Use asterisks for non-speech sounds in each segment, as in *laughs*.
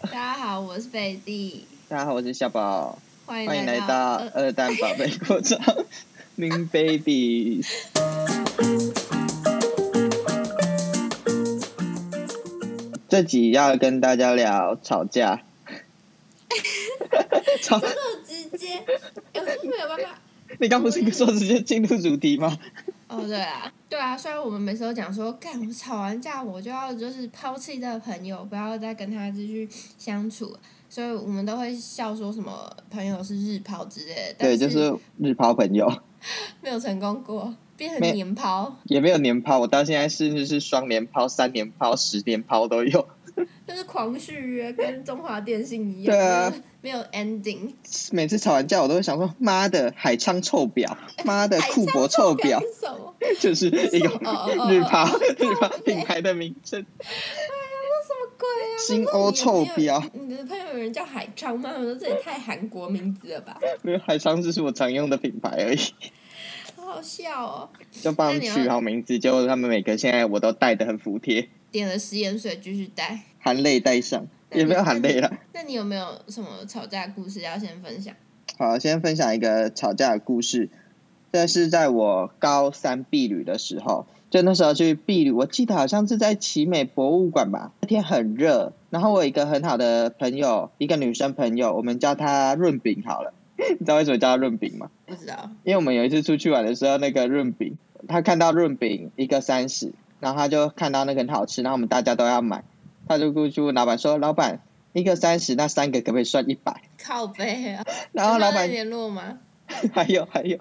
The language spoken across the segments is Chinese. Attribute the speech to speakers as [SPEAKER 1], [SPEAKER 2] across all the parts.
[SPEAKER 1] 好，我是贝蒂，
[SPEAKER 2] 大家好，我是小宝，
[SPEAKER 1] 欢
[SPEAKER 2] 欢迎
[SPEAKER 1] 迎
[SPEAKER 2] 来到
[SPEAKER 1] 呃
[SPEAKER 2] 二蛋宝贝过 *laughs* 招，Min Babies。这集要跟大家聊吵架， *laughs* 吵，
[SPEAKER 1] 这么直接，哎我是没有办法。
[SPEAKER 2] 你刚不是说直接进入主题吗？
[SPEAKER 1] 哦，对啊，对啊，虽然我们每次都讲说，干，我吵完架我就要就是抛弃这个朋友，不要再跟他继续相处了，所以我们都会笑说什么朋友是日抛之类的，但
[SPEAKER 2] 对，就是日抛朋友，
[SPEAKER 1] 没有成功过，变
[SPEAKER 2] 没
[SPEAKER 1] 成年抛，
[SPEAKER 2] 也没有年抛，我到现在甚至是双连抛、三连抛、十连抛都有，
[SPEAKER 1] 就是狂续约，跟中华电信一样，
[SPEAKER 2] 对啊
[SPEAKER 1] 没有没有 ending。
[SPEAKER 2] 每次吵完架我都会想说，妈的，海昌臭婊，妈的，库珀臭婊
[SPEAKER 1] *laughs* 表，是什么？
[SPEAKER 2] 就是一个
[SPEAKER 1] 哦哦哦
[SPEAKER 2] 日抛 *laughs*
[SPEAKER 1] 哦哎
[SPEAKER 2] 日抛品牌的名称，
[SPEAKER 1] 什么鬼啊？
[SPEAKER 2] 新欧哦臭标。
[SPEAKER 1] 你的朋友有人叫海昌吗？我说这也太韩国名字了吧，
[SPEAKER 2] 没有海昌只是我常用的品牌而已，
[SPEAKER 1] 好好笑哦。
[SPEAKER 2] 就帮他们取好名字，结果他们每个现在我都带的很服帖，
[SPEAKER 1] 点了食盐水继续带。
[SPEAKER 2] 含泪带上，
[SPEAKER 1] 那你
[SPEAKER 2] 也没有含泪啦。
[SPEAKER 1] 那你有没有什么吵架故事要先分享？
[SPEAKER 2] 好，先分享一个吵架的故事。这是在我高三避旅的时候，就那时候去避旅，我记得好像是在奇美博物馆吧。那天很热，然后我有一个很好的朋友，一个女生朋友，我们叫她润饼好了。 *laughs* 你知道为什么叫她润饼吗？
[SPEAKER 1] 不知道，
[SPEAKER 2] 因为我们有一次出去玩的时候，那个润饼，他看到润饼一个三十，然后他就看到那个很好吃，然后我们大家都要买，他就过去问老板说：“老板，一个三十，那三个可不可以算一百 *laughs*
[SPEAKER 1] 靠背啊。？”
[SPEAKER 2] 然后老
[SPEAKER 1] 跟他
[SPEAKER 2] 板
[SPEAKER 1] 们联络吗？
[SPEAKER 2] *laughs* 还有还有，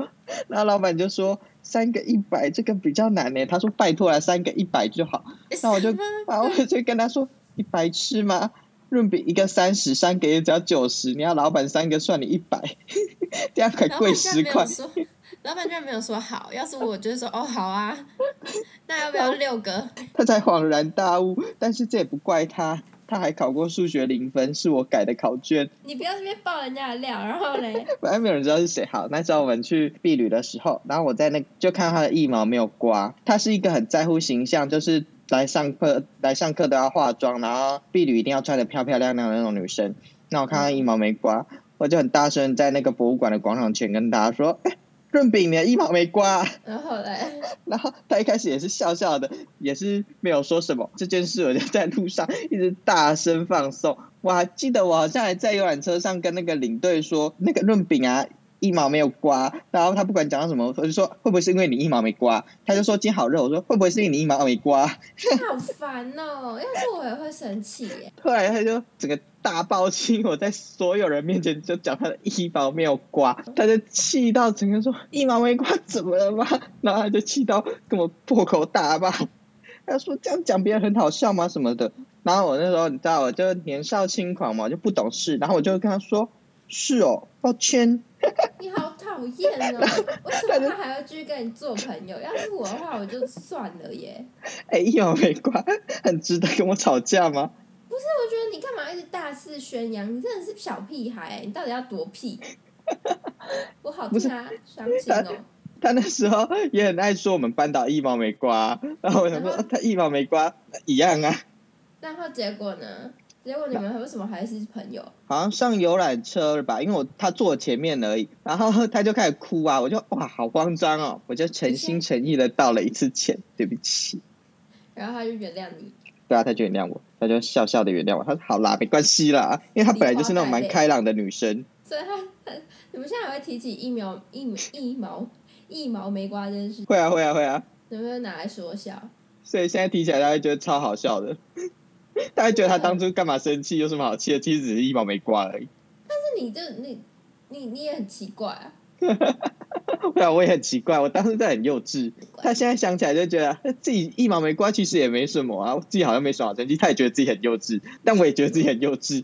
[SPEAKER 2] 然后老板就说：“三个一百这个比较难欸呢。”他说：“拜托了，啊三个一百就好。”那我就
[SPEAKER 1] 什么
[SPEAKER 2] 然后我就跟他说：“你白痴吗？润饼一个三十，三个也只要九十，你要老板三个算你一百， *laughs* 这样还
[SPEAKER 1] 老
[SPEAKER 2] 贵
[SPEAKER 1] 板居然
[SPEAKER 2] 十
[SPEAKER 1] 没有
[SPEAKER 2] 块。”
[SPEAKER 1] 说，老板居然没有说好。要是我就是说哦好啊，那要不要六个？
[SPEAKER 2] 他才恍然大悟。但是这也不怪他，他还考过数学零分，是我改的考卷。
[SPEAKER 1] 你不要这边爆人家的料，然后嘞，
[SPEAKER 2] *laughs* 本来没有人知道是谁。好，那时候我们去避旅的时候，然后我在那就看到他的腋毛没有刮。他是一个很在乎形象，就是来上课来上课都要化妆，然后避旅一定要穿的漂漂亮亮的那种女生。那我看到腋毛没刮， *laughs* 我就很大声在那个博物馆的广场前跟大家说：“ *laughs* 哎、润饼，你的腋毛没刮、啊。”
[SPEAKER 1] 然后
[SPEAKER 2] *laughs*
[SPEAKER 1] 嘞，
[SPEAKER 2] 然后他一开始也是笑笑的，也是没有说什么。这件事我就在路上一直大声放送。我还记得我好像还在游览车上跟那个领队说，那个润饼啊一毛没有刮。然后他不管讲到什么，我就说会不会是因为你一毛没刮？他就说今天好热。我说会不会是因为你一毛没刮？
[SPEAKER 1] 好烦哦。要是我也会生气耶。
[SPEAKER 2] 后来他就整个大爆气，我在所有人面前就讲他的一毛没有刮，他就气到整个说一毛没刮怎么了吗？ *laughs* 然后他就气到跟我破口大骂，他说这样讲别人很好笑吗什么的。然后我那时候你知道我就年少轻狂嘛，我就不懂事，然后我就跟他说是哦，抱歉。
[SPEAKER 1] 你好讨厌哦！为什么他还要继续跟你做朋友？要是我的话，我就算了耶。
[SPEAKER 2] 哎，一毛没刮，很值得跟我吵架吗？ *laughs*
[SPEAKER 1] 不是，我觉得你干嘛一直大肆宣扬？你真的是小屁孩，欸你到底要多屁？我好替他伤心哦。
[SPEAKER 2] 他那时候也很爱说我们班导一毛没刮，然后我想说、
[SPEAKER 1] 然后
[SPEAKER 2] 哦他一毛没刮一样啊。
[SPEAKER 1] 然后结果呢？结果你们为什么还是朋友？
[SPEAKER 2] 好像上游览车了吧，因为我他坐我前面而已，然后他就开始哭啊，我就哇好慌张哦，我就诚心诚意的道了一次歉，对不起，
[SPEAKER 1] 然后他就原谅你，
[SPEAKER 2] 对啊，他就原谅我，他就笑笑的原谅我，他说好啦，没关系啦，因为他本来就是那种蛮开朗的女生，
[SPEAKER 1] 所以他他你们现在还会提起一秒一一毛一毛没瓜这件事，
[SPEAKER 2] 会啊会啊会啊，
[SPEAKER 1] 你们会拿来说笑？
[SPEAKER 2] 所以现在提起来他会觉得超好笑的， *laughs* 他会觉得他当初干嘛生气，有什么好气的，其实只是一毛没刮而已，
[SPEAKER 1] 但是你这你你你也很奇怪啊。
[SPEAKER 2] *laughs* 对啊，我也很奇怪，我当时真的很幼稚，他现在想起来就觉得呃自己一毛没刮，其实也没什么啊，自己好像没什么好生气，他也觉得自己很幼稚，但我也觉得自己很幼稚。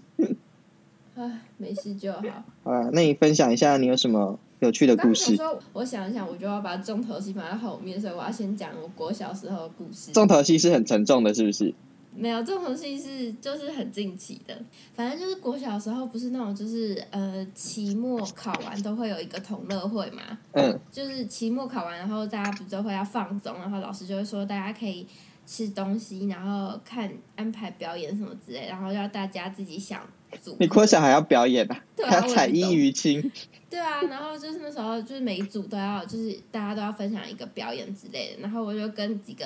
[SPEAKER 1] 唉，没事就好。
[SPEAKER 2] 好了，那你分享一下你有什么有趣的
[SPEAKER 1] 刚
[SPEAKER 2] 故
[SPEAKER 1] 刚想
[SPEAKER 2] 事？
[SPEAKER 1] 说，我想一想，我就要把重头戏放在后面，所以我要先讲我国小时候的故事。
[SPEAKER 2] 重头戏是很沉重的，是不是？
[SPEAKER 1] 没有重头戏是就是很近期的，反正就是国小时候不是那种就是呃期末考完都会有一个同乐会嘛，
[SPEAKER 2] 嗯，
[SPEAKER 1] 就是期末考完，然后大家不是都会要放松，然后老师就会说大家可以吃东西，然后看安排表演什么之类，然后要大家自己想组。
[SPEAKER 2] 你国小还要表演啊？
[SPEAKER 1] 对啊
[SPEAKER 2] 还要
[SPEAKER 1] 我也
[SPEAKER 2] 彩
[SPEAKER 1] 不
[SPEAKER 2] 衣
[SPEAKER 1] 懂
[SPEAKER 2] 娱亲，
[SPEAKER 1] 对啊，然后就是那时候就是每一组都要就是大家都要分享一个表演之类的，然后我就跟几个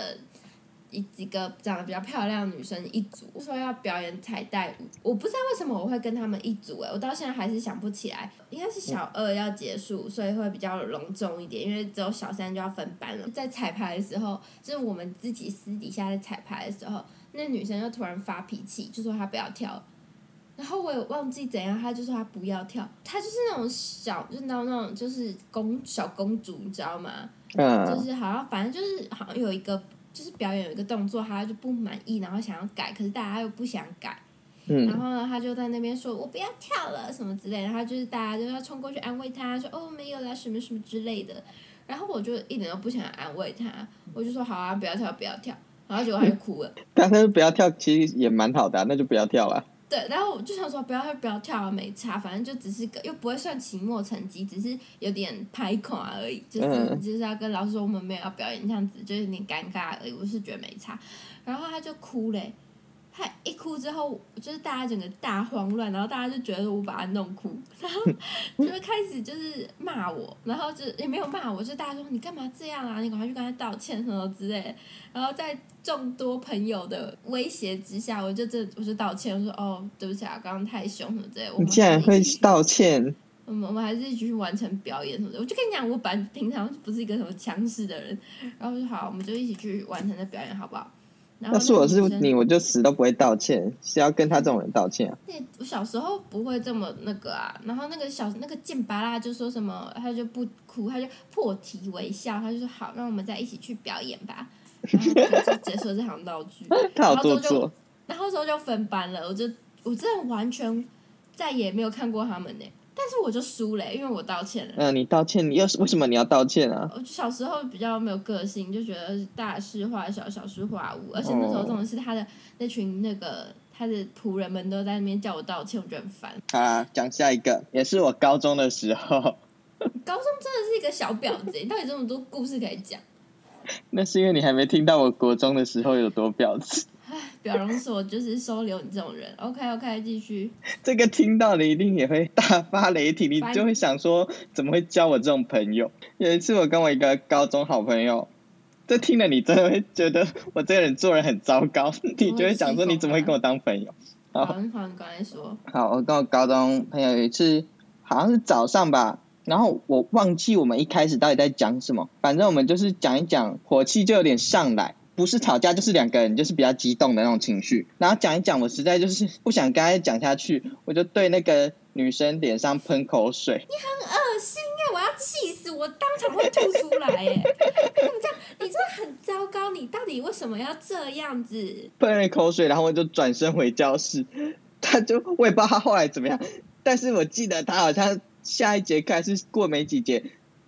[SPEAKER 1] 一几个长得比较漂亮的女生一组，说要表演彩带舞，我不知道为什么我会跟她们一组哎、我到现在还是想不起来，应该是小二要结束，所以会比较隆重一点，因为只有小三就要分班了。在彩排的时候，就是我们自己私底下在彩排的时候，那女生就突然发脾气，就说她不要跳，然后我也忘记怎样，她就说她不要跳，她就是那种小，就是那种那种就是公小公主，你知道吗？就
[SPEAKER 2] 嗯，
[SPEAKER 1] 是好像反正就是好像有一个就是表演有一个动作，她就不满意，然后想要改，可是大家又不想改，然
[SPEAKER 2] 嗯，
[SPEAKER 1] 后呢，她就在那边说我不要跳了什么之类的，然后就是大家就要冲过去安慰她，说哦没有啦什么什么之类的，然后我就一点都不想安慰她，我就说好啊不要跳不要跳，然后结果她就哭了。
[SPEAKER 2] 但是不要跳，其实也蛮好的、啊，那就不要跳了。
[SPEAKER 1] 对，然后我就想说不要不要跳啊，没差，反正就只是个又不会算期末成绩，只是有点拍垮而已，就是、
[SPEAKER 2] 嗯
[SPEAKER 1] 就是要跟老师说我们没有要表演这样子，就有点尴尬而已。我是觉得没差，然后他就哭嘞、他一哭之后，就是大家整个大慌乱，然后大家就觉得我把他弄哭，然后就会开始就是骂我，然后就也没有骂我，就大家说你干嘛这样啊？你赶快去跟他道歉什么之类的。然后在众多朋友的威胁之下，我就这我就道歉，我说哦对不起啊，刚刚太凶什么之类的。我
[SPEAKER 2] 你
[SPEAKER 1] 们
[SPEAKER 2] 竟然
[SPEAKER 1] 还
[SPEAKER 2] 会
[SPEAKER 1] 是一起去
[SPEAKER 2] 道歉，
[SPEAKER 1] 我们我们还是一起去完成表演什么的。我就跟你讲，我本来平常不是一个什么强势的人，然后我就好，我们就一起去完成这表演好不好？然后
[SPEAKER 2] 要是我是
[SPEAKER 1] 那个女生
[SPEAKER 2] 你，我就死都不会道歉，是要跟他这种人道歉啊？
[SPEAKER 1] 那我小时候不会这么那个啊，然后那个小那个剑拔啦就说什么，他就不哭，他就破涕为笑，他就说好，让我们再一起去表演吧，然后就就结束了这场闹剧。 *laughs*
[SPEAKER 2] 他好做
[SPEAKER 1] 然后
[SPEAKER 2] 作，
[SPEAKER 1] 然后之后就分班了，我就我真的完全再也没有看过他们呢、但是我就输了、因为我道歉了。
[SPEAKER 2] 嗯、你道歉，你又是为什么你要道歉啊？
[SPEAKER 1] 我就小时候比较没有个性，就觉得大事化小，小事化无。而且那时候
[SPEAKER 2] 哦
[SPEAKER 1] 这种是他的那群那个他的仆人们都在那边叫我道歉，我觉得很烦。
[SPEAKER 2] 好啦，讲下一个，也是我高中的时候， *laughs*
[SPEAKER 1] 高中真的是一个小婊子、欸，到 *laughs* 底这么多故事可以讲？
[SPEAKER 2] 那是因为你还没听到我国中的时候有多婊子， *laughs*
[SPEAKER 1] 表容所就是收留你这种人。OK OK，继续。
[SPEAKER 2] 这个听到你一定也会大发雷霆，你就会想说怎么会交我这种朋友？有一次我跟我一个高中好朋友，这听了你真的会觉得我这个人做人很糟糕， *laughs* 你就会想说你怎么会跟我当朋友？
[SPEAKER 1] 好，
[SPEAKER 2] 好
[SPEAKER 1] 好，你刚才说，
[SPEAKER 2] 好，我跟我高中朋友有一次，好像是早上吧，然后我忘记我们一开始到底在讲什么，反正我们就是讲一讲，火气就有点上来，不是吵架就是两个人就是比较激动的那种情绪，然后讲一讲，我实在就是不想跟他讲下去，我就对那个女生脸上喷口水，
[SPEAKER 1] 恶心哎、我要气死，我当场会吐出来哎、你怎么这样？你真的很糟糕，你到底为什么要这样子？
[SPEAKER 2] 喷了口水，然后我就转身回教室，他就我也不知道他后来怎么样，但是我记得他好像下一节课还是过没几节。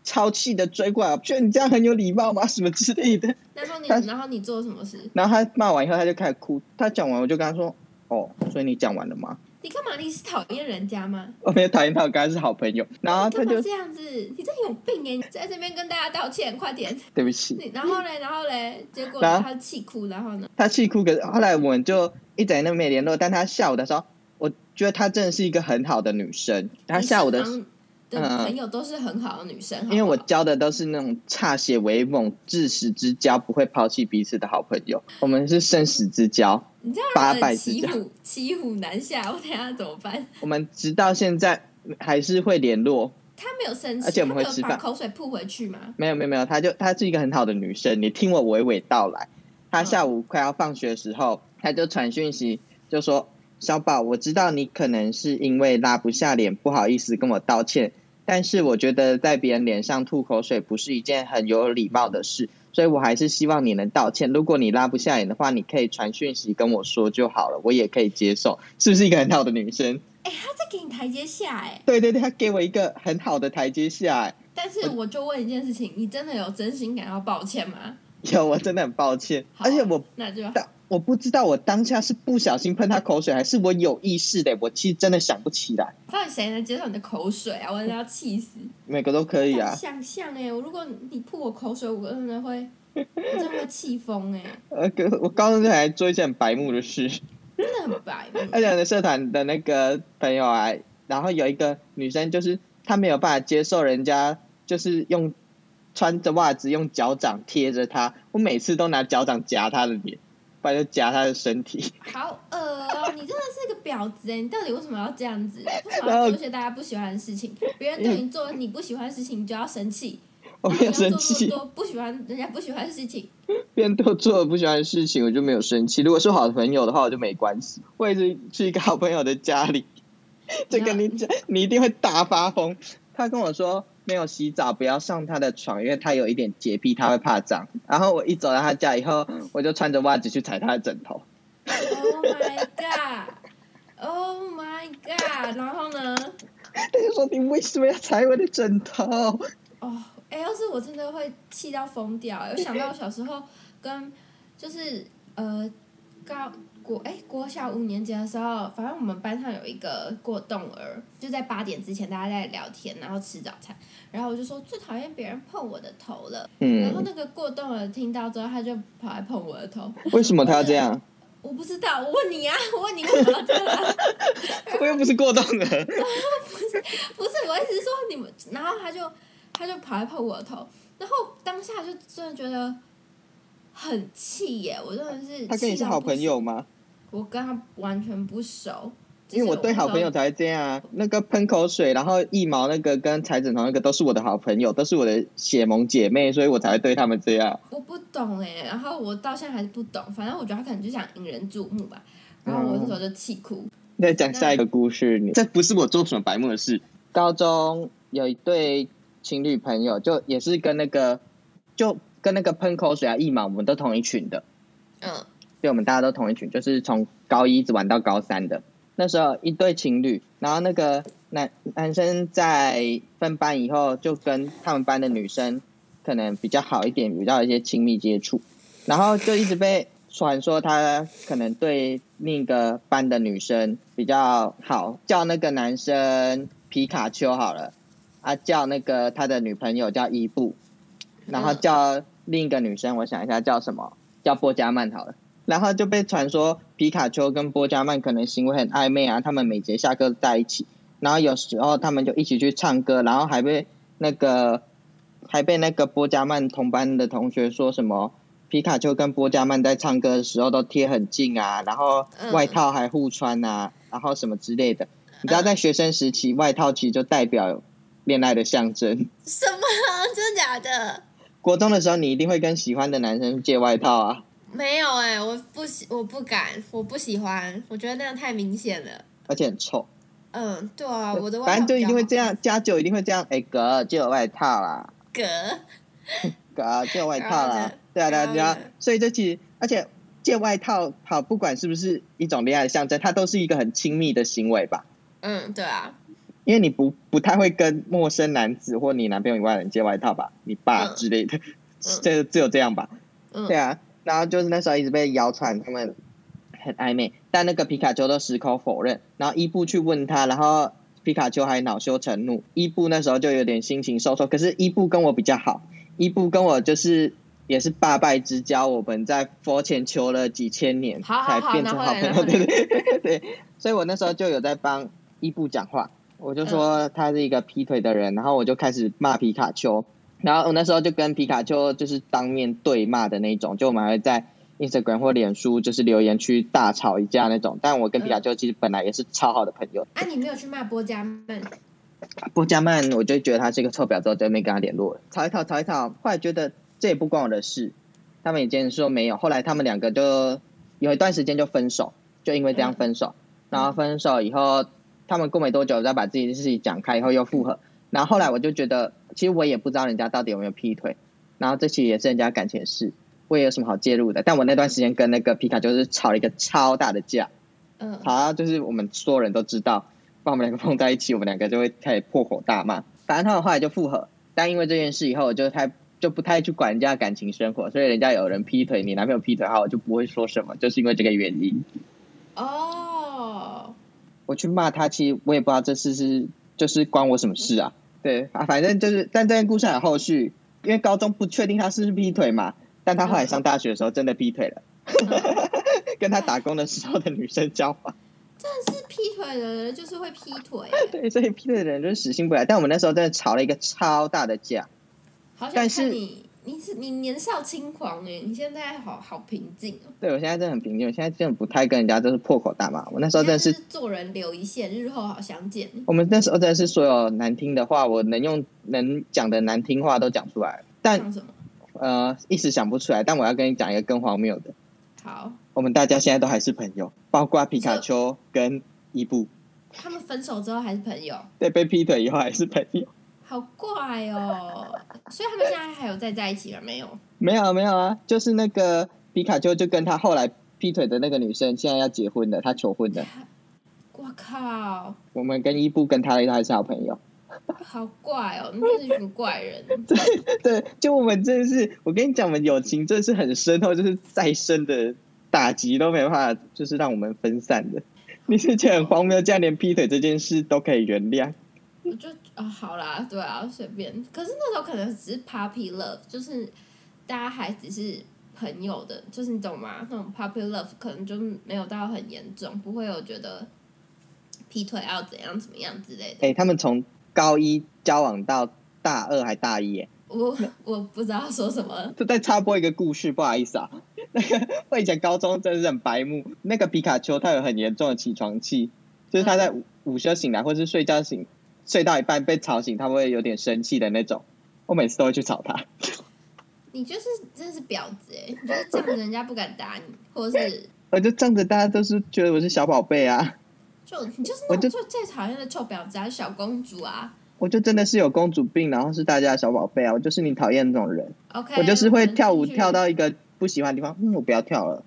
[SPEAKER 2] 超气的追过来，我觉得你这样很有礼貌吗？ *laughs* 什么之类的，
[SPEAKER 1] 然后你，
[SPEAKER 2] 但
[SPEAKER 1] 然后你做了什么事？
[SPEAKER 2] 然后他骂完以后，他就开始哭。他讲完，我就跟他说：“哦，所以你讲完了吗
[SPEAKER 1] 你干嘛？你是讨厌人家吗？？”
[SPEAKER 2] 我没有讨厌他，我跟他是好朋友。然后
[SPEAKER 1] 你
[SPEAKER 2] 啊他
[SPEAKER 1] 干嘛
[SPEAKER 2] 就
[SPEAKER 1] 这样子？你真的有病哎、你在这边跟大家道歉，快点！
[SPEAKER 2] *laughs* 对不起，
[SPEAKER 1] 你然后嘞，然后嘞，结果
[SPEAKER 2] 然
[SPEAKER 1] 呢
[SPEAKER 2] 后
[SPEAKER 1] 他气哭，然后呢？
[SPEAKER 2] 他气哭。可是后来我们就一直在那边没联络。但他下午的时候，我觉得她真的是一个很好的女生。她下午的嗯
[SPEAKER 1] 你，身旁的朋友都是很好的女生，好不好
[SPEAKER 2] 因为我交的都是那种歃血为盟、至死之交，不会抛弃彼此的好朋友。我们是生死之交，
[SPEAKER 1] 你这样
[SPEAKER 2] 八
[SPEAKER 1] 让
[SPEAKER 2] 百
[SPEAKER 1] 人
[SPEAKER 2] 之
[SPEAKER 1] 呃骑
[SPEAKER 2] 家
[SPEAKER 1] 虎 *laughs* 骑虎难下，我等下怎么办？
[SPEAKER 2] 我们直到现在还是会联络。
[SPEAKER 1] 他没有生气，
[SPEAKER 2] 而且我
[SPEAKER 1] 他
[SPEAKER 2] 们
[SPEAKER 1] 没
[SPEAKER 2] 会
[SPEAKER 1] 有
[SPEAKER 2] 吃
[SPEAKER 1] 把
[SPEAKER 2] 饭
[SPEAKER 1] 口水吐回去吗？
[SPEAKER 2] 没有没有没有，她就她是一个很好的女生，你听我娓娓道来。她
[SPEAKER 1] 嗯
[SPEAKER 2] 下午快要放学的时候，她就传讯息就说：“小宝，我知道你可能是因为拉不下脸，不好意思跟我道歉，但是我觉得在别人脸上吐口水不是一件很有礼貌的事，所以我还是希望你能道歉。如果你拉不下脸的话，你可以传讯息跟我说就好了，我也可以接受。是不是一个很好的女生？
[SPEAKER 1] 哎、他在给你台阶下哎、
[SPEAKER 2] 对对对，她给我一个很好的台阶下、哎
[SPEAKER 1] 但是我就问一件事情，你真的有真心感到抱歉吗？
[SPEAKER 2] 有，我真的很抱歉，
[SPEAKER 1] 好
[SPEAKER 2] 而且我 *laughs*
[SPEAKER 1] 那就
[SPEAKER 2] 但我不知道我当下是不小心喷他口水，还是我有意识的，我其实真的想不起来。
[SPEAKER 1] 到底谁能接受你的口水啊？
[SPEAKER 2] *laughs*
[SPEAKER 1] 我真的要气死！
[SPEAKER 2] 每个都可以
[SPEAKER 1] 敢
[SPEAKER 2] 啊，
[SPEAKER 1] 欸想象哎、我如果你吐我口水，我真的会我真的会气疯哎，
[SPEAKER 2] 呃，可我高中就还做一些很白目的事，
[SPEAKER 1] 真的很白目。
[SPEAKER 2] 而且我的社团的那个朋友啊，然后有一个女生，就是她没有办法接受人家就是用穿着袜子用脚掌贴着她，我每次都拿脚掌夹她的脸，不然就夹她的身体。
[SPEAKER 1] 好恶哦！你真的是个婊子哎！你到底为什么要这样子？为什么
[SPEAKER 2] *laughs*
[SPEAKER 1] 要做一些大家不喜欢的事情？别人对你做你不喜欢的事情，你就要生气。
[SPEAKER 2] 我
[SPEAKER 1] 那
[SPEAKER 2] 没
[SPEAKER 1] 你要
[SPEAKER 2] 有
[SPEAKER 1] 做
[SPEAKER 2] 生
[SPEAKER 1] 那么
[SPEAKER 2] 气，
[SPEAKER 1] 多不喜欢人家不喜欢的事情，
[SPEAKER 2] 别人对我做了不喜欢的事情，我就没有生气。如果是好朋友的话，我就没关系。我也是去一个好朋友的家里， *laughs* 就跟你讲，你一定会大发疯。他跟我说没有洗澡不要上他的床，因为他有一点洁癖，他会怕脏。然后我一走到他家以后，我就穿着袜子去踩他的枕头。 *laughs*
[SPEAKER 1] Oh my god! *laughs* Oh my god! 然后呢？
[SPEAKER 2] 他就说你为什么要踩我的枕头？
[SPEAKER 1] 哦，哎，要是我真的会气到疯掉欸。我想到我小时候跟就是呃高国哎国小五年级的时候，反正我们班上有一个过动儿，就在八点之前大家在聊天，然后吃早餐，然后我就说最讨厌别人碰我的头了。然后
[SPEAKER 2] 嗯，
[SPEAKER 1] 那个过动儿听到之后，他就跑来碰我的头，
[SPEAKER 2] *laughs* 为什么他要这样？ *laughs*
[SPEAKER 1] 我不知道，我问你啊，我问你为什么要这样啊？
[SPEAKER 2] 我又不是过动 *laughs* 儿。
[SPEAKER 1] 不是，我意思是说你们，然后他就他就跑来碰我的头，然后当下就真的觉得很气耶，我真的是
[SPEAKER 2] 他跟你
[SPEAKER 1] 气
[SPEAKER 2] 是
[SPEAKER 1] 到
[SPEAKER 2] 好
[SPEAKER 1] 不
[SPEAKER 2] 朋
[SPEAKER 1] 行，
[SPEAKER 2] 友吗？
[SPEAKER 1] 我跟他完全不熟，
[SPEAKER 2] 因为我对好朋
[SPEAKER 1] 就
[SPEAKER 2] 友
[SPEAKER 1] 是
[SPEAKER 2] 才会这样啊，那个喷口水，然后一毛那个跟柴枕头那个都是我的好朋友，都是我的血盟姐妹，所以我才会对他们这样。
[SPEAKER 1] 我不懂哎，然后我到现在还是不懂，反正我觉得他可能就想引人注目吧，然后我那时候就气哭，
[SPEAKER 2] 再讲下一个故事，你这不是我做什么白目的事。高中有一对情侣朋友，就也是跟那个就跟那个喷口水啊一毛，我们都同一群的，
[SPEAKER 1] 嗯
[SPEAKER 2] 对，我们大家都同一群，就是从高一一直玩到高三的。那时候一对情侣，然后那个男男生在分班以后，就跟他们班的女生可能比较好一点，比较一些亲密接触，然后就一直被传说他可能对另一个班的女生比较好，叫那个男生皮卡丘好了，啊，叫那个他的女朋友叫伊布，然后叫另一个女生，我想一下叫什么，叫波加曼好了。然后就被传说皮卡丘跟波加曼可能行为很暧昧啊，他们每节下课在一起，然后有时候他们就一起去唱歌，然后还被那个还被那个波加曼同班的同学说什么皮卡丘跟波加曼在唱歌的时候都贴很近啊，然后
[SPEAKER 1] 嗯
[SPEAKER 2] 外套还互穿啊，然后什么之类的。你知道，在学生时期，外套其实就代表恋爱的象征。
[SPEAKER 1] 什么？真的假的？
[SPEAKER 2] 国中的时候，你一定会跟喜欢的男生借外套啊。
[SPEAKER 1] 没有哎、我不喜，我不敢，我不喜欢，我觉得那样太明显了。
[SPEAKER 2] 而且很臭，
[SPEAKER 1] 嗯，对啊，我的外
[SPEAKER 2] 呃反正
[SPEAKER 1] 套比
[SPEAKER 2] 就一
[SPEAKER 1] 较
[SPEAKER 2] 定会
[SPEAKER 1] 好
[SPEAKER 2] 这样，加九一定会这样。哎、哥，借我外套啊啦，
[SPEAKER 1] 格。
[SPEAKER 2] 哥，借我啊外套
[SPEAKER 1] 然后
[SPEAKER 2] 啦
[SPEAKER 1] 呢，
[SPEAKER 2] 对啊，对啊，
[SPEAKER 1] 然后
[SPEAKER 2] 对啊
[SPEAKER 1] 呢。
[SPEAKER 2] 所以这其实，而且借外套，好，不管是不是一种恋爱的象征，它都是一个很亲密的行为吧。
[SPEAKER 1] 嗯，对啊，
[SPEAKER 2] 因为你不不太会跟陌生男子或你男朋友以外的人借外套吧，你爸
[SPEAKER 1] 嗯
[SPEAKER 2] 之类的， *laughs* 这、只有这样吧。
[SPEAKER 1] 嗯
[SPEAKER 2] 对啊，然后就是那时候一直被谣传他们很暧昧，但那个皮卡丘都矢口否认。然后伊布去问他，然后皮卡丘还恼羞成怒。伊布那时候就有点心情受挫，可是伊布跟我比较好，伊布跟我就是也是爸拜之交，我们在佛前求了几千年
[SPEAKER 1] 好好
[SPEAKER 2] 才
[SPEAKER 1] 好
[SPEAKER 2] 变成
[SPEAKER 1] 然
[SPEAKER 2] 好
[SPEAKER 1] 后嘞
[SPEAKER 2] 朋友，
[SPEAKER 1] 然后嘞
[SPEAKER 2] 对对对对。所以我那时候就有在帮伊布讲话，我就说他是一个劈腿的人，然后我就开始骂皮卡丘。然后我那时候就跟皮卡丘就是当面对骂的那种，就我们还会在 Instagram 或脸书就是留言区大吵一架那种。但我跟皮卡丘其实本来也是超好的朋友。
[SPEAKER 1] 啊，你没有去骂波加曼，
[SPEAKER 2] 波加曼我就觉得他是一个臭婊子，我就没跟他联络了。吵一吵，吵一吵，后来觉得这也不关我的事。他们以前说没有，后来他们两个就有一段时间就分手，就因为这样分手。然后分手以后，他们过没多久再把自己的事情讲开，以后又复合。然后后来我就觉得，其实我也不知道人家到底有没有劈腿，然后这其实也是人家感情的事，我也有什么好介入的。但我那段时间跟那个皮卡丘是吵了一个超大的架，
[SPEAKER 1] 嗯，
[SPEAKER 2] 好啊，就是我们所有人都知道，把我们两个碰在一起，我们两个就会开始破口大骂。反正他们后来就复合，但因为这件事以后，我就太就不太去管人家的感情生活，所以人家有人劈腿，你男朋友劈腿，哈，我就不会说什么，就是因为这个原因。
[SPEAKER 1] 哦，
[SPEAKER 2] 我去骂他，其实我也不知道这事是就是关我什么事啊？对啊，反正就是，但这件故事还有后续，因为高中不确定他是不是劈腿嘛，但他后来上大学的时候真的劈腿了，
[SPEAKER 1] 嗯
[SPEAKER 2] 跟他打工的时候的女生交往。
[SPEAKER 1] 但是劈腿的人就是会劈腿，
[SPEAKER 2] *laughs* 对，所以劈腿的人就是死性不改。但我们那时候真的吵了一个超大的架。
[SPEAKER 1] 好想
[SPEAKER 2] 但是
[SPEAKER 1] 看你，你是你年少轻狂哎，你现在好好平静哦。
[SPEAKER 2] 对我现在真的很平静，我现在真的不太跟人家就是破口大骂。我那时候
[SPEAKER 1] 现
[SPEAKER 2] 真
[SPEAKER 1] 在
[SPEAKER 2] 的
[SPEAKER 1] 就是是做人留一线，日后好相见。
[SPEAKER 2] 我们那时候真的是所有难听的话，我能用能讲的难听话都讲出来了，但
[SPEAKER 1] 唱什么？
[SPEAKER 2] 呃一时想不出来。但我要跟你讲一个更荒谬的，
[SPEAKER 1] 好，
[SPEAKER 2] 我们大家现在都还是朋友，包括皮卡丘跟伊布，
[SPEAKER 1] 他们分手之后还是朋友，
[SPEAKER 2] 对，被劈腿以后还是朋友。
[SPEAKER 1] 好怪哦。所以他们现在还有再在一起吗？没有。
[SPEAKER 2] 没有没有啊，就是那个皮卡丘就跟他后来劈腿的那个女生现在要结婚了，他求婚了。
[SPEAKER 1] 我靠，
[SPEAKER 2] 我们跟伊布跟他还是好朋友。
[SPEAKER 1] 好怪哦，你真是一群怪人。
[SPEAKER 2] 对，就我们真的是，我跟你讲，我们友情真的是很深厚，就是再深的打击都没办法，就是让我们分散的。你是觉得很荒谬，这样连劈腿这件事都可以原谅？
[SPEAKER 1] 我就啊、好啦，对啊，随便。可是那时候可能只是 puppy love，就是大家还只是朋友的，就是你懂吗？那种 puppy love 可能就没有到很严重，不会有觉得劈腿要怎样怎么样之类的。
[SPEAKER 2] 哎、他们从高一交往到大二还大一耶，
[SPEAKER 1] 我我不知道说什么，
[SPEAKER 2] 就再插播一个故事，不好意思啊。 *laughs* 那个我以前高中真的是很白目，那个皮卡丘它有很严重的起床气，就是它在午午休醒来或是睡觉醒，睡到一半被吵醒，它会有点生气的那种。我每次都会去吵它。
[SPEAKER 1] 你就是真的是婊子哎、你就是这样子人家不敢打你，或者是
[SPEAKER 2] 我就仗着大家都是觉得我是小宝贝啊， *laughs*
[SPEAKER 1] 就你就是
[SPEAKER 2] 我
[SPEAKER 1] 那
[SPEAKER 2] 就
[SPEAKER 1] 种最最讨厌的臭婊子啊，小公主啊。
[SPEAKER 2] 我就真的是有公主病，然后是大家的小宝贝啊，我就是你讨厌那种人，
[SPEAKER 1] OK，
[SPEAKER 2] 我就是会
[SPEAKER 1] 们
[SPEAKER 2] 跳舞
[SPEAKER 1] 继续
[SPEAKER 2] 跳到一个不喜欢的地方，嗯，我不要跳了，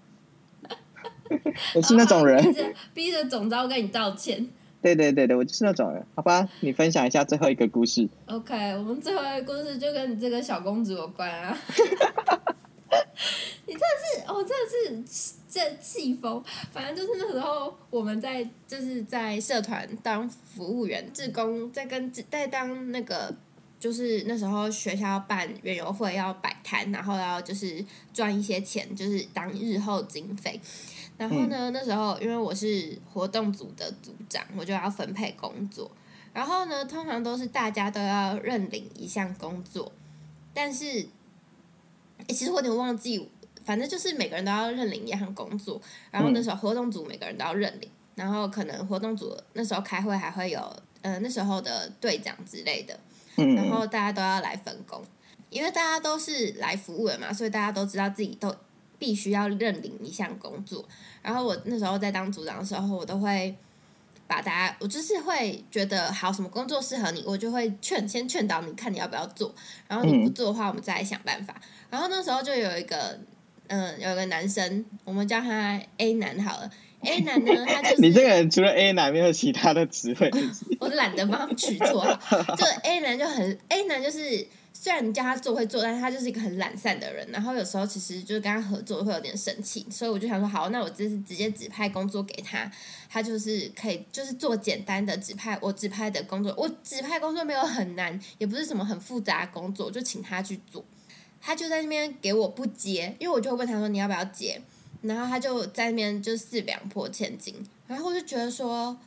[SPEAKER 2] *laughs* 我是那
[SPEAKER 1] *laughs*
[SPEAKER 2] 种
[SPEAKER 1] 逼
[SPEAKER 2] 人，
[SPEAKER 1] 着逼着总招跟你道歉。
[SPEAKER 2] 对对对对，我就是那种人，好吧，你分享一下最后一个故事，
[SPEAKER 1] OK，我们最后一个故事就跟你这个小公主有关啊。你真的是，我、哦真的是这气疯。反正就是那时候我们在就是在社团当服务员、志工，在跟志在当那个就是那时候学校要办园游会要摆摊，然后要就是赚一些钱，就是当日后经费。然后呢，那时候因为我是活动组的组长，我就要分配工作。然后呢，通常都是大家都要认领一项工作，但是，诶其实我有点忘记，反正就是每个人都要认领一项工作。然后那时候活动组每个人都要认领，然后可能活动组那时候开会还会有，呃，那时候的队长之类的，然
[SPEAKER 2] 嗯，
[SPEAKER 1] 后大家都要来分工，因为大家都是来服务的嘛，所以大家都知道自己都必须要认领一项工作。然后我那时候在当组长的时候，我都会把大家，我就是会觉得好什么工作适合你，我就会劝先劝导你看你要不要做，然后你不
[SPEAKER 2] 嗯
[SPEAKER 1] 做的话，我们再来想办法。然后那时候就有一个，嗯、有一个男生，我们叫他 A 男好了。A 男呢，他就是
[SPEAKER 2] *laughs* 你这个人除了 A 男没有其他的词汇，
[SPEAKER 1] 我懒得帮他取绰号。就 A 男就很 A 男就是，虽然你叫他做会做，但是他就是一个很懒散的人。然后有时候其实就是跟他合作会有点生气，所以我就想说，好，那我这次直接指派工作给他，他就是可以就是做简单的指派，我指派的工作，我指派工作没有很难，也不是什么很复杂的工作，我就请他去做。他就在那边给我不接，因为我就问他说你要不要接，然后他就在那边就四两拨千斤，然后我就觉得说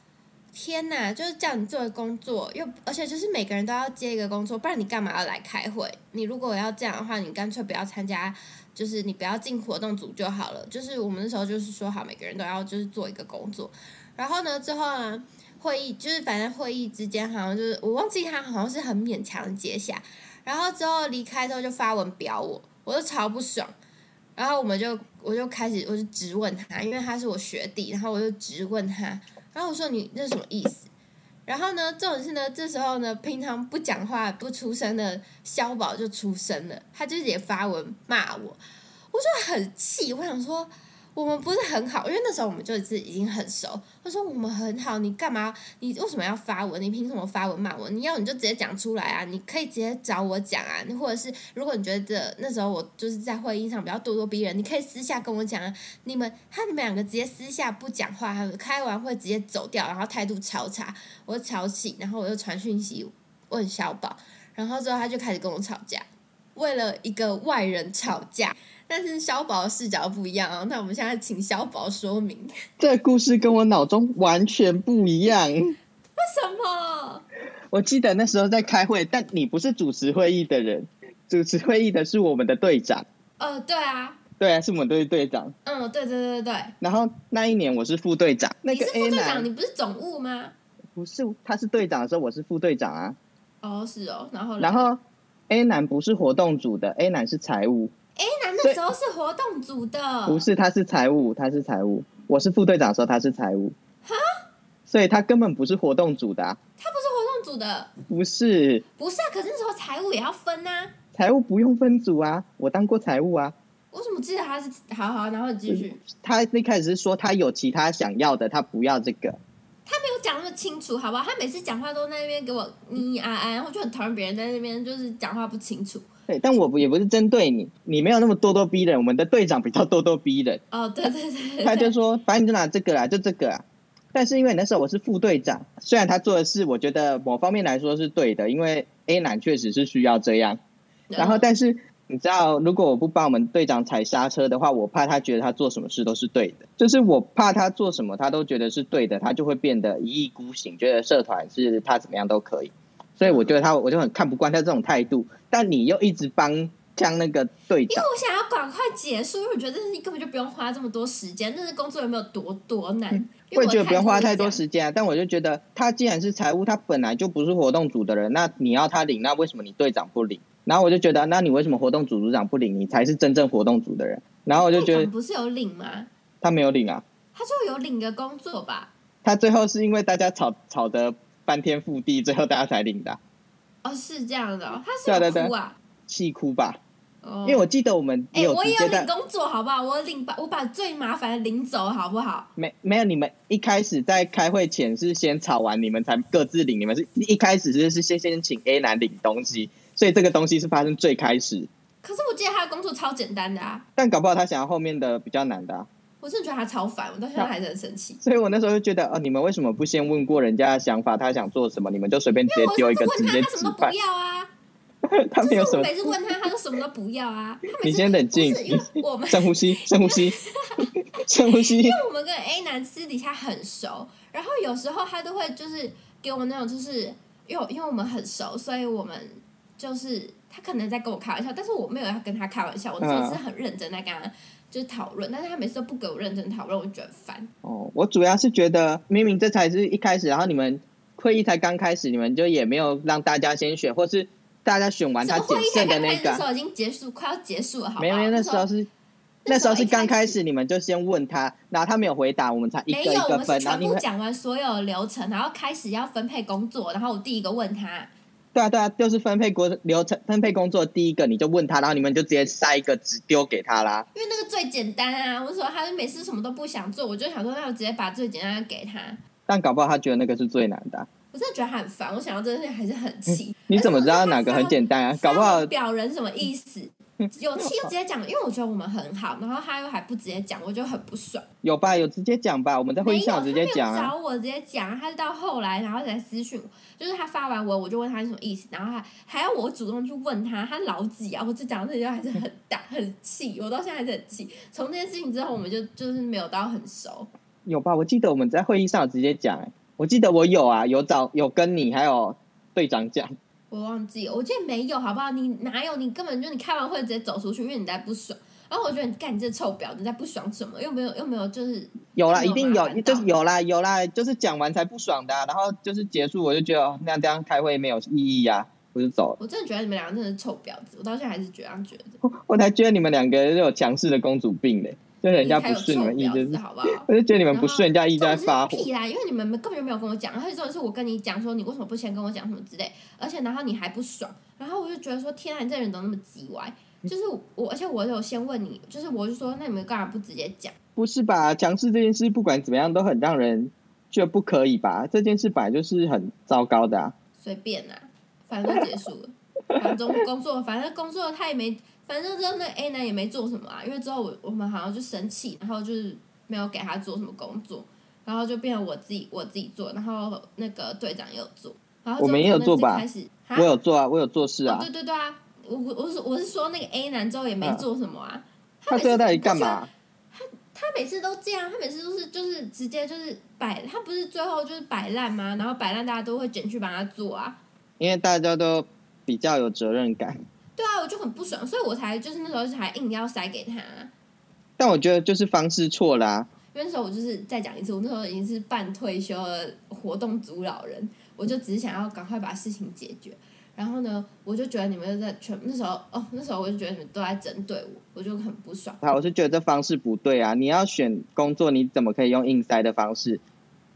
[SPEAKER 1] 天呐，就是叫你做的工作，又而且就是每个人都要接一个工作，不然你干嘛要来开会？你如果要这样的话，你干脆不要参加，就是你不要进活动组就好了。就是我们那时候就是说好，每个人都要就是做一个工作，然后呢之后呢。会议就是，反正会议之间好像就是我忘记他好像是很勉强地接下，然后之后离开之后就发文表我，我就超不爽。然后我们就我就开始我就直问他，因为他是我学弟，然后我就直问他，然后我说你这是什么意思？然后呢，这种事呢，这时候呢，平常不讲话不出声的肖宝就出声了，他就也发文骂我，我就很气，我想说。我们不是很好，因为那时候我们就是已经很熟。他说我们很好，你干嘛？你为什么要发文？你凭什么发文骂我？你要你就直接讲出来啊！你可以直接找我讲啊！你或者是如果你觉得那时候我就是在会议上比较咄咄逼人，你可以私下跟我讲啊。你们他们两个直接私下不讲话，开完会直接走掉，然后态度超差，我就吵起，然后我就传讯息问小宝，然后之后他就开始跟我吵架。为了一个外人吵架。但是肖宝的视角不一样啊，那我们现在请肖宝说明
[SPEAKER 2] 这故事跟我脑中完全不一样。
[SPEAKER 1] 为什么？
[SPEAKER 2] 我记得那时候在开会，但你不是主持会议的人，主持会议的是我们的队长，
[SPEAKER 1] 呃，对啊，
[SPEAKER 2] 对啊，是我们队队长。
[SPEAKER 1] 嗯，对对对对
[SPEAKER 2] 然后那一年我是副队长，
[SPEAKER 1] 对，
[SPEAKER 2] 那
[SPEAKER 1] 你
[SPEAKER 2] 个
[SPEAKER 1] 是副
[SPEAKER 2] A
[SPEAKER 1] 队长，
[SPEAKER 2] 男
[SPEAKER 1] 你不是总务吗？
[SPEAKER 2] 不是他是队长的时候，我是副队长啊。
[SPEAKER 1] 哦，是哦，然后嘞
[SPEAKER 2] 然后 A 男不是活动组的，A 男是财务，
[SPEAKER 1] A 男那时候是活动组的，
[SPEAKER 2] 不是他是财务，他是财务，我是副队长的时候他是财务，所以他根本不是活动组的、啊，
[SPEAKER 1] 他不是活动组的，
[SPEAKER 2] 不是
[SPEAKER 1] 不是啊。可是那时候财务也要分呐、啊，
[SPEAKER 2] 财务不用分组啊，我当过财务啊。
[SPEAKER 1] 我怎么记得他是好好，然后你继续，
[SPEAKER 2] 他一开始是说他有其他想要的，他不要这个。
[SPEAKER 1] 他没有讲那么清楚，好不好？他每次讲话都在那边给我咿咿啊啊，然后就很讨厌别人在那边就是讲话不清楚。
[SPEAKER 2] 对，但我不也不是针对你，你没有那么咄咄逼人，我们的队长比较咄咄逼人。
[SPEAKER 1] 哦，对对对 *laughs* 对
[SPEAKER 2] 他就
[SPEAKER 1] 对，
[SPEAKER 2] 说，反正你就拿这个啦，就这个啊。但是因为那时候我是副队长，虽然他做的事，我觉得某方面来说是对的，因为 A 男确实是需要这样。
[SPEAKER 1] 嗯
[SPEAKER 2] 然后，但是你知道，如果我不帮我们队长踩刹车的话，我怕他觉得他做什么事都是对的，就是我怕他做什么他都觉得是对的，他就会变得一意孤行，觉得社团是他怎么样都可以。所以我觉得他，我就很看不惯他这种态度。但你又一直帮将那个队
[SPEAKER 1] 因为
[SPEAKER 2] 长，
[SPEAKER 1] 我想要赶快结束，因为我觉得这根本就不用花这么多时间，但是工作有没有多多难？因
[SPEAKER 2] 嗯我
[SPEAKER 1] 为
[SPEAKER 2] 也觉得
[SPEAKER 1] 的
[SPEAKER 2] 不用
[SPEAKER 1] 态度
[SPEAKER 2] 花
[SPEAKER 1] 是
[SPEAKER 2] 太
[SPEAKER 1] 这
[SPEAKER 2] 多
[SPEAKER 1] 样
[SPEAKER 2] 时间啊。但我就觉得，他既然是财务，他本来就不是活动组的人，那你要他领，那为什么你队长不领？然后我就觉得，那你为什么活动组组长不领？你才是真正活动组的人。然后我就觉
[SPEAKER 1] 队
[SPEAKER 2] 得
[SPEAKER 1] 长不是有领吗？
[SPEAKER 2] 他没有领啊。
[SPEAKER 1] 他就有领个工作吧？
[SPEAKER 2] 他最后是因为大家吵吵得翻天覆地，最后大家才领的啊，
[SPEAKER 1] 哦，是这样的哦、他
[SPEAKER 2] 对
[SPEAKER 1] 是有
[SPEAKER 2] 啊对啊对啊
[SPEAKER 1] 哭啊。
[SPEAKER 2] 气哭吧。
[SPEAKER 1] 哦
[SPEAKER 2] 因为我记得我们
[SPEAKER 1] 哎、
[SPEAKER 2] 也有
[SPEAKER 1] 我
[SPEAKER 2] 直
[SPEAKER 1] 也有
[SPEAKER 2] 接
[SPEAKER 1] 领
[SPEAKER 2] 在
[SPEAKER 1] 工作，好不好？我领把我把最麻烦的领走，好不好？
[SPEAKER 2] 没没有你们一开始在开会前是先吵完，你们才各自领，你们是一开始就是先先请 A 男领东西，所以这个东西是发生最开始，
[SPEAKER 1] 可是我记得他的工作超简单的啊，
[SPEAKER 2] 但搞不好他想要后面的比较难的、啊，
[SPEAKER 1] 我真的觉得他超烦，我到现在还是很生气。
[SPEAKER 2] 所以我那时候就觉得，哦，你们为什么不先问过人家的想法，他想做什么，你们就随便直接
[SPEAKER 1] 我上
[SPEAKER 2] 丢一
[SPEAKER 1] 次
[SPEAKER 2] 个直
[SPEAKER 1] 问他，
[SPEAKER 2] 接
[SPEAKER 1] 他什
[SPEAKER 2] 指
[SPEAKER 1] 么都 *laughs*
[SPEAKER 2] 派
[SPEAKER 1] 不，要啊！
[SPEAKER 2] 他没有
[SPEAKER 1] 就是
[SPEAKER 2] 什
[SPEAKER 1] 我
[SPEAKER 2] 么，
[SPEAKER 1] 每次问他，他都什么都不要啊。他每次
[SPEAKER 2] 你先冷静
[SPEAKER 1] 不是因为我们
[SPEAKER 2] *laughs* 深呼吸，深呼吸，深呼吸
[SPEAKER 1] 因。 *laughs* 为我们跟 A 男私底下很熟，然后有时候他都会就是给我那种，就是因为因为我们很熟，所以我们就是他可能在跟我开玩笑，但是我没有要跟他开玩笑，我那
[SPEAKER 2] 嗯
[SPEAKER 1] 时候是很认真在跟他就是讨论，但是他每次都不给我认真讨论，我觉得很烦。
[SPEAKER 2] 哦，我主要是觉得，明明这才是一开始，然后你们会议才刚开始，你们就也没有让大家先选，或是大家选完
[SPEAKER 1] 怎
[SPEAKER 2] 啊他
[SPEAKER 1] 么
[SPEAKER 2] 仅
[SPEAKER 1] 会议才
[SPEAKER 2] 剩的
[SPEAKER 1] 刚开
[SPEAKER 2] 那
[SPEAKER 1] 始的时
[SPEAKER 2] 个，
[SPEAKER 1] 候已经结束，快要结束了，好不好？
[SPEAKER 2] 没有没有，那
[SPEAKER 1] 那
[SPEAKER 2] 时候是
[SPEAKER 1] 那
[SPEAKER 2] 那
[SPEAKER 1] 时
[SPEAKER 2] 时
[SPEAKER 1] 候
[SPEAKER 2] 候
[SPEAKER 1] 一
[SPEAKER 2] 是刚
[SPEAKER 1] 开
[SPEAKER 2] 开
[SPEAKER 1] 始
[SPEAKER 2] 始，你们就先问他，然后他没有回答，我们才一
[SPEAKER 1] 没
[SPEAKER 2] 个
[SPEAKER 1] 有
[SPEAKER 2] 一，
[SPEAKER 1] 我
[SPEAKER 2] 个
[SPEAKER 1] 们是
[SPEAKER 2] 分，然后
[SPEAKER 1] 全
[SPEAKER 2] 你
[SPEAKER 1] 部
[SPEAKER 2] 会
[SPEAKER 1] 讲完所有流程，然后开始要分配工作，然后我第一个问他，
[SPEAKER 2] 对啊对啊，就是分配国流程分配工作第一个你就问他，然后你们就直接塞一个只丢给他啦。
[SPEAKER 1] 因为那个最简单啊，我说他每次什么都不想做，我就想说，那我直接把最简单的给他。
[SPEAKER 2] 但搞不好他觉得那个是最难的啊、
[SPEAKER 1] 我真的觉得他很烦，我想到这件事还是
[SPEAKER 2] *laughs*
[SPEAKER 1] 很气。
[SPEAKER 2] 你怎么知道
[SPEAKER 1] 而且我
[SPEAKER 2] 哪
[SPEAKER 1] 觉得
[SPEAKER 2] 个
[SPEAKER 1] 他
[SPEAKER 2] 很简单啊？搞不好
[SPEAKER 1] 发表人什么意思？有气就直接讲，因为我觉得我们很好，然后他又还不直接讲，我就很不爽。
[SPEAKER 2] 有吧，有直接讲吧，我们在会
[SPEAKER 1] 没
[SPEAKER 2] 议
[SPEAKER 1] 有，
[SPEAKER 2] 上
[SPEAKER 1] 他
[SPEAKER 2] 有直
[SPEAKER 1] 没
[SPEAKER 2] 接
[SPEAKER 1] 有
[SPEAKER 2] 讲啊。
[SPEAKER 1] 找我直接讲，他是到后来然后才私讯我，就是他发完文我就问他是什么意思，然后还还要我主动去问他，他老几啊？我就讲这些还是很大很气，我到现在还是很气。从这件事情之后，我们就就是没有到很熟。
[SPEAKER 2] 有吧？我记得我们在会议上有直接讲、欸，我记得我有啊，有找有跟你还有队长讲，
[SPEAKER 1] 我忘记，我记得没有，好不好？你哪有？你根本就你开完会直接走出去，因为你在不爽。然后我觉得你干你这臭婊子，你在不爽什么？又没有又没有，就是
[SPEAKER 2] 有啦，
[SPEAKER 1] 有
[SPEAKER 2] 一定有
[SPEAKER 1] 麻烦，到
[SPEAKER 2] 就是有啦，有啦，就是讲完才不爽的啊、然后就是结束，我就觉得哦，那这样开会没有意义啊，我就走了。
[SPEAKER 1] 我真的觉得你们两个真的是臭婊子，我到现在还是觉得这样觉得。
[SPEAKER 2] 我 *laughs* 我才觉得你们两个人有强势的公主病嘞、就人家
[SPEAKER 1] 你才
[SPEAKER 2] 不
[SPEAKER 1] 有臭
[SPEAKER 2] 顺你们意，就
[SPEAKER 1] 婊子，啊
[SPEAKER 2] 是
[SPEAKER 1] 好不好？
[SPEAKER 2] 我就觉得你们不顺，人家一直在发
[SPEAKER 1] 这
[SPEAKER 2] 火
[SPEAKER 1] 种是。屁啦！因为你们根本就没有跟我讲，而且重点是我跟你讲说你为什么不先跟我讲什么之类，而且然后你还不爽，然后我就觉得说天啊，你这人怎么那么叽歪？
[SPEAKER 2] 嗯
[SPEAKER 1] 就是我，而且我有先问你，就是我就说那你们干嘛不直接讲？
[SPEAKER 2] 不是吧？强势这件事不管怎么样都很让人觉得不可以吧？这件事本来就是很糟糕的啊。
[SPEAKER 1] 随便啦、反正都结束了，反正工作，反正工作他也没，反正之后那 A 男也没做什么啊，因为之后我我们好像就生气，然后就是没有给他做什么工作，然后就变成我自己我自己做，然后那个队长也有做，然后之后
[SPEAKER 2] 我们也有做吧
[SPEAKER 1] 从那次开始，哈
[SPEAKER 2] 我有做啊，我有做事
[SPEAKER 1] 哦
[SPEAKER 2] 啊。
[SPEAKER 1] 对对对啊，我我我是我是说那个 A 男之后也没做什么啊，
[SPEAKER 2] 嗯他
[SPEAKER 1] 每
[SPEAKER 2] 最后
[SPEAKER 1] 次
[SPEAKER 2] 到底
[SPEAKER 1] 都
[SPEAKER 2] 干
[SPEAKER 1] 就
[SPEAKER 2] 嘛？
[SPEAKER 1] 他每次都这样，他每次都是就是直接就是摆，他不是最后就是摆烂吗？然后摆烂大家都会卷去帮他做啊。
[SPEAKER 2] 因为大家都比较有责任感，
[SPEAKER 1] 对啊，我就很不爽，所以我才就是那时候才硬要塞给他、
[SPEAKER 2] 但我觉得就是方式错啊啦、
[SPEAKER 1] 因为那时候我就是再讲一次，我那时候已经是半退休的活动组老人，我就只是想要赶快把事情解决。然后呢，我就觉得你们都在全那时候哦，那时候我就觉得你们都在针对我，我就很不爽。
[SPEAKER 2] 好，我是觉得这方式不对啊！你要选工作，你怎么可以用硬塞的方式？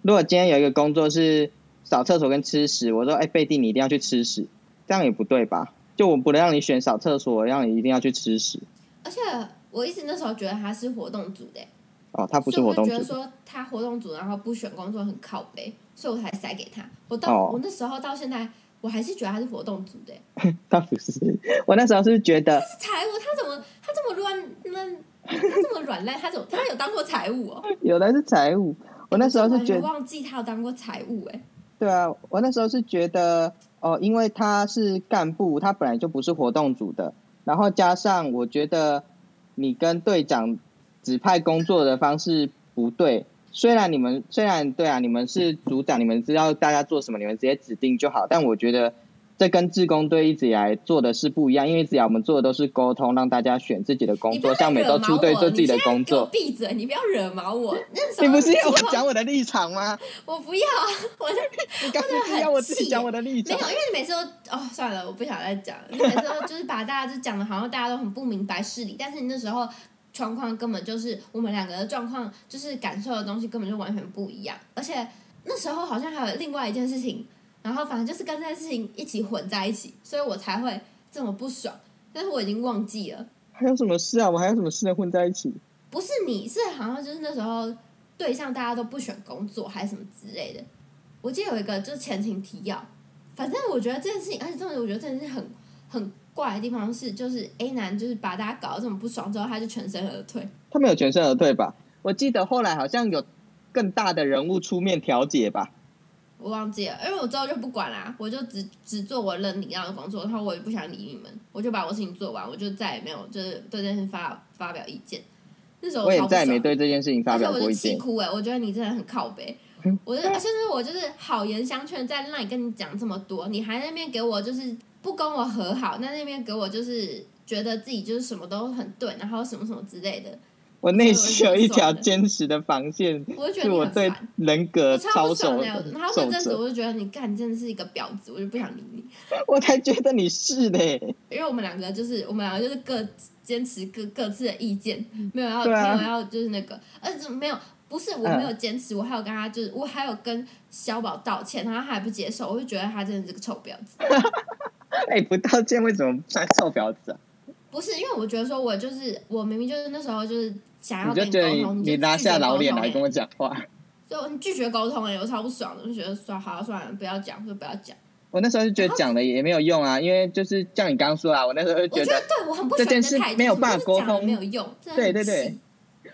[SPEAKER 2] 如果今天有一个工作是扫厕所跟吃屎，我说哎，贝蒂你一定要去吃屎，这样也不对吧？就我不能让你选扫厕所，我让你一定要去吃屎。
[SPEAKER 1] 而且我一直那时候觉得他是活动组的欸，
[SPEAKER 2] 哦，他不是
[SPEAKER 1] 所以
[SPEAKER 2] 活
[SPEAKER 1] 我就
[SPEAKER 2] 动
[SPEAKER 1] 觉得
[SPEAKER 2] 组，
[SPEAKER 1] 说他活动组，然后不选工作很靠背，所以我才塞给他。我到、
[SPEAKER 2] 哦
[SPEAKER 1] 我那时候到现在，我还是觉得他是活动组的欸。
[SPEAKER 2] 他不是。 *laughs* 我那时候是觉得
[SPEAKER 1] 他是财务，他怎么他这么乱乱，他这么软烂，他怎么他有当过财务哦？
[SPEAKER 2] 有的是财务，我那时候是觉
[SPEAKER 1] 我
[SPEAKER 2] 得
[SPEAKER 1] 完全忘记他有当过财务哎、
[SPEAKER 2] 对啊，我那时候是觉得哦，因为他是干部，他本来就不是活动组的，然后加上我觉得你跟队长指派工作的方式不对。虽然你们虽然对啊，你们是组长，你们知道大家做什么，你们直接指定就好。但我觉得这跟志工队一直以来做的是不一样，因为一直以来我们做的都是沟通，让大家选自己的工
[SPEAKER 1] 你不要
[SPEAKER 2] 作，
[SPEAKER 1] 再
[SPEAKER 2] 像每
[SPEAKER 1] 惹
[SPEAKER 2] 周
[SPEAKER 1] 毛
[SPEAKER 2] 出队
[SPEAKER 1] 我
[SPEAKER 2] 做自己的
[SPEAKER 1] 你现在
[SPEAKER 2] 工
[SPEAKER 1] 给我
[SPEAKER 2] 作。
[SPEAKER 1] 闭嘴！你不要惹毛我。那时候
[SPEAKER 2] 你不是要我
[SPEAKER 1] 情况
[SPEAKER 2] 讲我的立场吗？
[SPEAKER 1] 我不要啊，我在
[SPEAKER 2] 你刚
[SPEAKER 1] 真的
[SPEAKER 2] 不是
[SPEAKER 1] 很
[SPEAKER 2] 要我自己
[SPEAKER 1] 气
[SPEAKER 2] 讲我的立
[SPEAKER 1] 没
[SPEAKER 2] 场
[SPEAKER 1] 有，？因为你每次都哦算了，我不想再讲了。你每次都就是把大家就讲的好像大家都很不明白事理，但是你那时候状况根本就是我们两个的状况，就是感受的东西根本就完全不一样。而且那时候好像还有另外一件事情，然后反正就是跟这件事情一起混在一起，所以我才会这么不爽。但是我已经忘记了。
[SPEAKER 2] 还有什么事啊？我们还有什么事能混在一起？
[SPEAKER 1] 不是你，是好像就是那时候对象大家都不选工作还是什么之类的。我记得有一个就是前情提要，反正我觉得这件事情，而且重点我觉得这件事情很很怪的地方是，就是 A 男就是把大家搞得这么不爽之后，他就全身而退。
[SPEAKER 2] 他们有全身而退吧？我记得后来好像有更大的人物出面调解吧？
[SPEAKER 1] 我忘记了，因为我之后就不管啦、我就只只做我认领到的工作，然后我也不想理你们，我就把我事情做完，我就再也没有就是对这件事发发表意见。那时候
[SPEAKER 2] 我也
[SPEAKER 1] 超不
[SPEAKER 2] 再也
[SPEAKER 1] 爽
[SPEAKER 2] 没对这件事情发
[SPEAKER 1] 而且
[SPEAKER 2] 表
[SPEAKER 1] 我
[SPEAKER 2] 过
[SPEAKER 1] 就
[SPEAKER 2] 意
[SPEAKER 1] 气
[SPEAKER 2] 见。
[SPEAKER 1] 哭哎、我觉得你真的很靠北。我就
[SPEAKER 2] 啊
[SPEAKER 1] 而且是我就是好言相劝，在那里跟你讲这么多，你还在那边给我就是不跟我和好，那那边给我就是觉得自己就是什么都很对，然后什么什么之类的，
[SPEAKER 2] 我内心有
[SPEAKER 1] 所以
[SPEAKER 2] 一
[SPEAKER 1] 我
[SPEAKER 2] 条
[SPEAKER 1] 就
[SPEAKER 2] 坚实的防线，
[SPEAKER 1] 我就觉得
[SPEAKER 2] 是
[SPEAKER 1] 你
[SPEAKER 2] 我
[SPEAKER 1] 很
[SPEAKER 2] 对
[SPEAKER 1] 烦。
[SPEAKER 2] 人
[SPEAKER 1] 我
[SPEAKER 2] 格
[SPEAKER 1] 超
[SPEAKER 2] 操
[SPEAKER 1] 不爽
[SPEAKER 2] 守
[SPEAKER 1] 的，然后
[SPEAKER 2] 守
[SPEAKER 1] 那阵子
[SPEAKER 2] 则。
[SPEAKER 1] 我就觉得你干，你真的是一个婊子，我就不想理你，
[SPEAKER 2] 我才觉得你是嘞，
[SPEAKER 1] 因为我们两个就是我们两个就是各坚持各各自的意见，没有要、
[SPEAKER 2] 对啊
[SPEAKER 1] 没有要就是那个，而且没有不是我
[SPEAKER 2] 嗯
[SPEAKER 1] 没有坚持，我还有跟他就是我还有跟小宝道歉，然后他还不接受，我就觉得他真的是个臭婊子。
[SPEAKER 2] 哎、不道歉为什么算臭婊子啊？
[SPEAKER 1] 不是因为我觉得说我就是我明明就是那时候就是想要
[SPEAKER 2] 你就
[SPEAKER 1] 跟
[SPEAKER 2] 觉得
[SPEAKER 1] 沟
[SPEAKER 2] 你
[SPEAKER 1] 通，
[SPEAKER 2] 你
[SPEAKER 1] 就
[SPEAKER 2] 拉
[SPEAKER 1] 拒绝
[SPEAKER 2] 下老
[SPEAKER 1] 沟
[SPEAKER 2] 脸
[SPEAKER 1] 通
[SPEAKER 2] 来
[SPEAKER 1] 欸
[SPEAKER 2] 跟我讲话。
[SPEAKER 1] 就你拒绝沟通哎、我超不爽的，我就觉得说好、算了，不要讲，就不要讲。
[SPEAKER 2] 我那时候就觉得讲了也没有用啊，因为就是像你刚刚说啊，我那时候就
[SPEAKER 1] 我
[SPEAKER 2] 觉
[SPEAKER 1] 觉得
[SPEAKER 2] 得，
[SPEAKER 1] 对我很不喜
[SPEAKER 2] 这
[SPEAKER 1] 欢你
[SPEAKER 2] 件
[SPEAKER 1] 的
[SPEAKER 2] 事
[SPEAKER 1] 态度，
[SPEAKER 2] 没有
[SPEAKER 1] 什么
[SPEAKER 2] 办法
[SPEAKER 1] 就是
[SPEAKER 2] 沟
[SPEAKER 1] 讲了
[SPEAKER 2] 通
[SPEAKER 1] 没有用，真的
[SPEAKER 2] 对
[SPEAKER 1] 很
[SPEAKER 2] 对对
[SPEAKER 1] 气。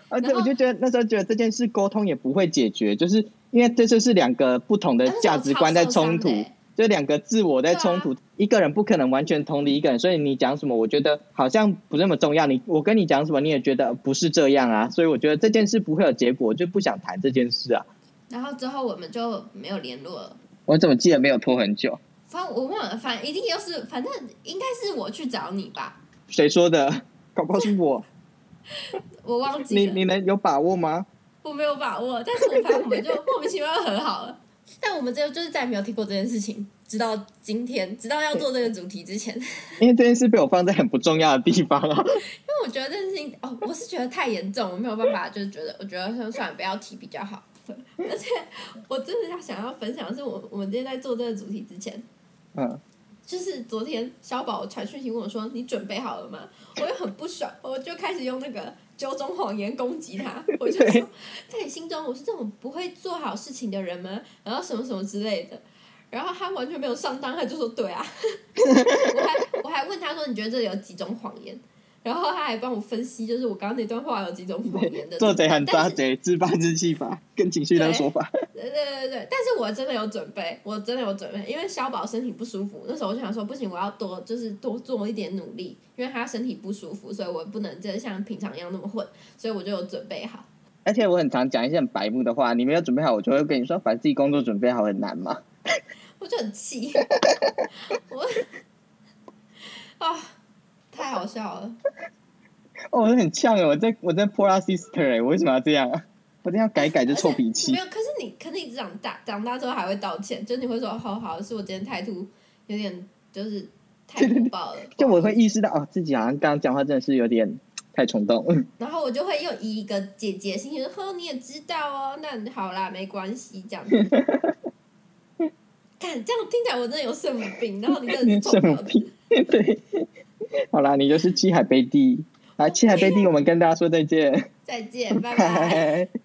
[SPEAKER 2] 而且
[SPEAKER 1] 然后
[SPEAKER 2] 呃我就觉得那时候觉得这件事沟通也不会解决，就是因为这就是两个不同的
[SPEAKER 1] 但是
[SPEAKER 2] 价
[SPEAKER 1] 我
[SPEAKER 2] 值
[SPEAKER 1] 超
[SPEAKER 2] 观在
[SPEAKER 1] 受
[SPEAKER 2] 冲
[SPEAKER 1] 伤的
[SPEAKER 2] 突。
[SPEAKER 1] 欸啊
[SPEAKER 2] 这两个自我在冲突，一个人不可能完全同理一个人，所以你讲什么，我觉得好像不那么重要。你我跟你讲什么，你也觉得不是这样啊，所以我觉得这件事不会有结果，我就不想谈这件事啊。
[SPEAKER 1] 然后之后我们就没有联络了。
[SPEAKER 2] 我怎么记得没有拖很久？
[SPEAKER 1] 反正我忘了，反正一定又是，反正应该是我去找你吧，
[SPEAKER 2] 谁说的？ *laughs* 搞不好是我，
[SPEAKER 1] 我忘 *laughs* 记
[SPEAKER 2] 你
[SPEAKER 1] 了，
[SPEAKER 2] 你能有把握吗？
[SPEAKER 1] 我没有把握，但是我反正我们就莫名其妙和好了。 *laughs* 但我们这就是再也没有提过这件事情，直到今天，直到要做这个主题之 *laughs* 前，因
[SPEAKER 2] 因为这件事被我放在很不重要的地
[SPEAKER 1] *laughs*
[SPEAKER 2] 方啊。
[SPEAKER 1] 为我觉得这件事情哦，我是觉得太严重，我没有办法，就是觉得我觉得算算了，不要提比较好。 *laughs* 而且我真的要想要分享的是我我们今天在做这个主题之前，
[SPEAKER 2] 嗯，
[SPEAKER 1] 就是昨天小宝传讯息问我说：“你准备好了吗？”我又很不爽，我就开始用那个九种谎言攻击他。我就说
[SPEAKER 2] 对，
[SPEAKER 1] 在你心中我是这种不会做好事情的人吗？然后什么什么之类的。然后他完全没 *laughs* 有上当，他就说：“对啊。”我还我还问他说：“你觉得这里有几种谎言？”然后他还帮我分析，就是我刚刚那段话有几种语言的。
[SPEAKER 2] *laughs* 做贼喊
[SPEAKER 1] 但
[SPEAKER 2] 抓
[SPEAKER 1] 是
[SPEAKER 2] 贼，自暴自弃法，跟情绪勒索法。
[SPEAKER 1] 对对对对，但是我真的有准备，我真的有准备，因为小宝身体不舒服，那时候我就想说，不行，我要多就是多做一点努力，因为他身体不舒服，所以我不能真的像平常一样那么混，所以我就有准备好。
[SPEAKER 2] 而且我很常讲一些很白目的话，你没有准备好，我就会跟你说，反正自己工作准备好很难嘛。
[SPEAKER 1] 我就很气，我啊，太好笑了。
[SPEAKER 2] 哦，我很呛哎，我在我在 p o l a Sister 哎、我为什么要这样啊？我这样改一改就臭脾气
[SPEAKER 1] 没。有，可是你，可是你长大长大之后还会道歉，就是你会说，好好，是我今天态度有点就是太火爆了，
[SPEAKER 2] *laughs* 就我
[SPEAKER 1] 不好
[SPEAKER 2] 会
[SPEAKER 1] 意思，
[SPEAKER 2] 意识到哦，自己好像刚刚讲话真的是有点太冲动。
[SPEAKER 1] 然后我就会又以一个姐姐的心情，呵，你也知道哦，那好啦，没关系，这样
[SPEAKER 2] *laughs*
[SPEAKER 1] 子。看这样听起来我真的有圣母病，然后你真的是臭
[SPEAKER 2] 圣母
[SPEAKER 1] 婊子
[SPEAKER 2] 病， *laughs* 对，好啦，你就是七海贝蒂。来，七海贝蒂，我们跟大家说再见， *laughs*
[SPEAKER 1] 再见，拜拜。
[SPEAKER 2] 拜。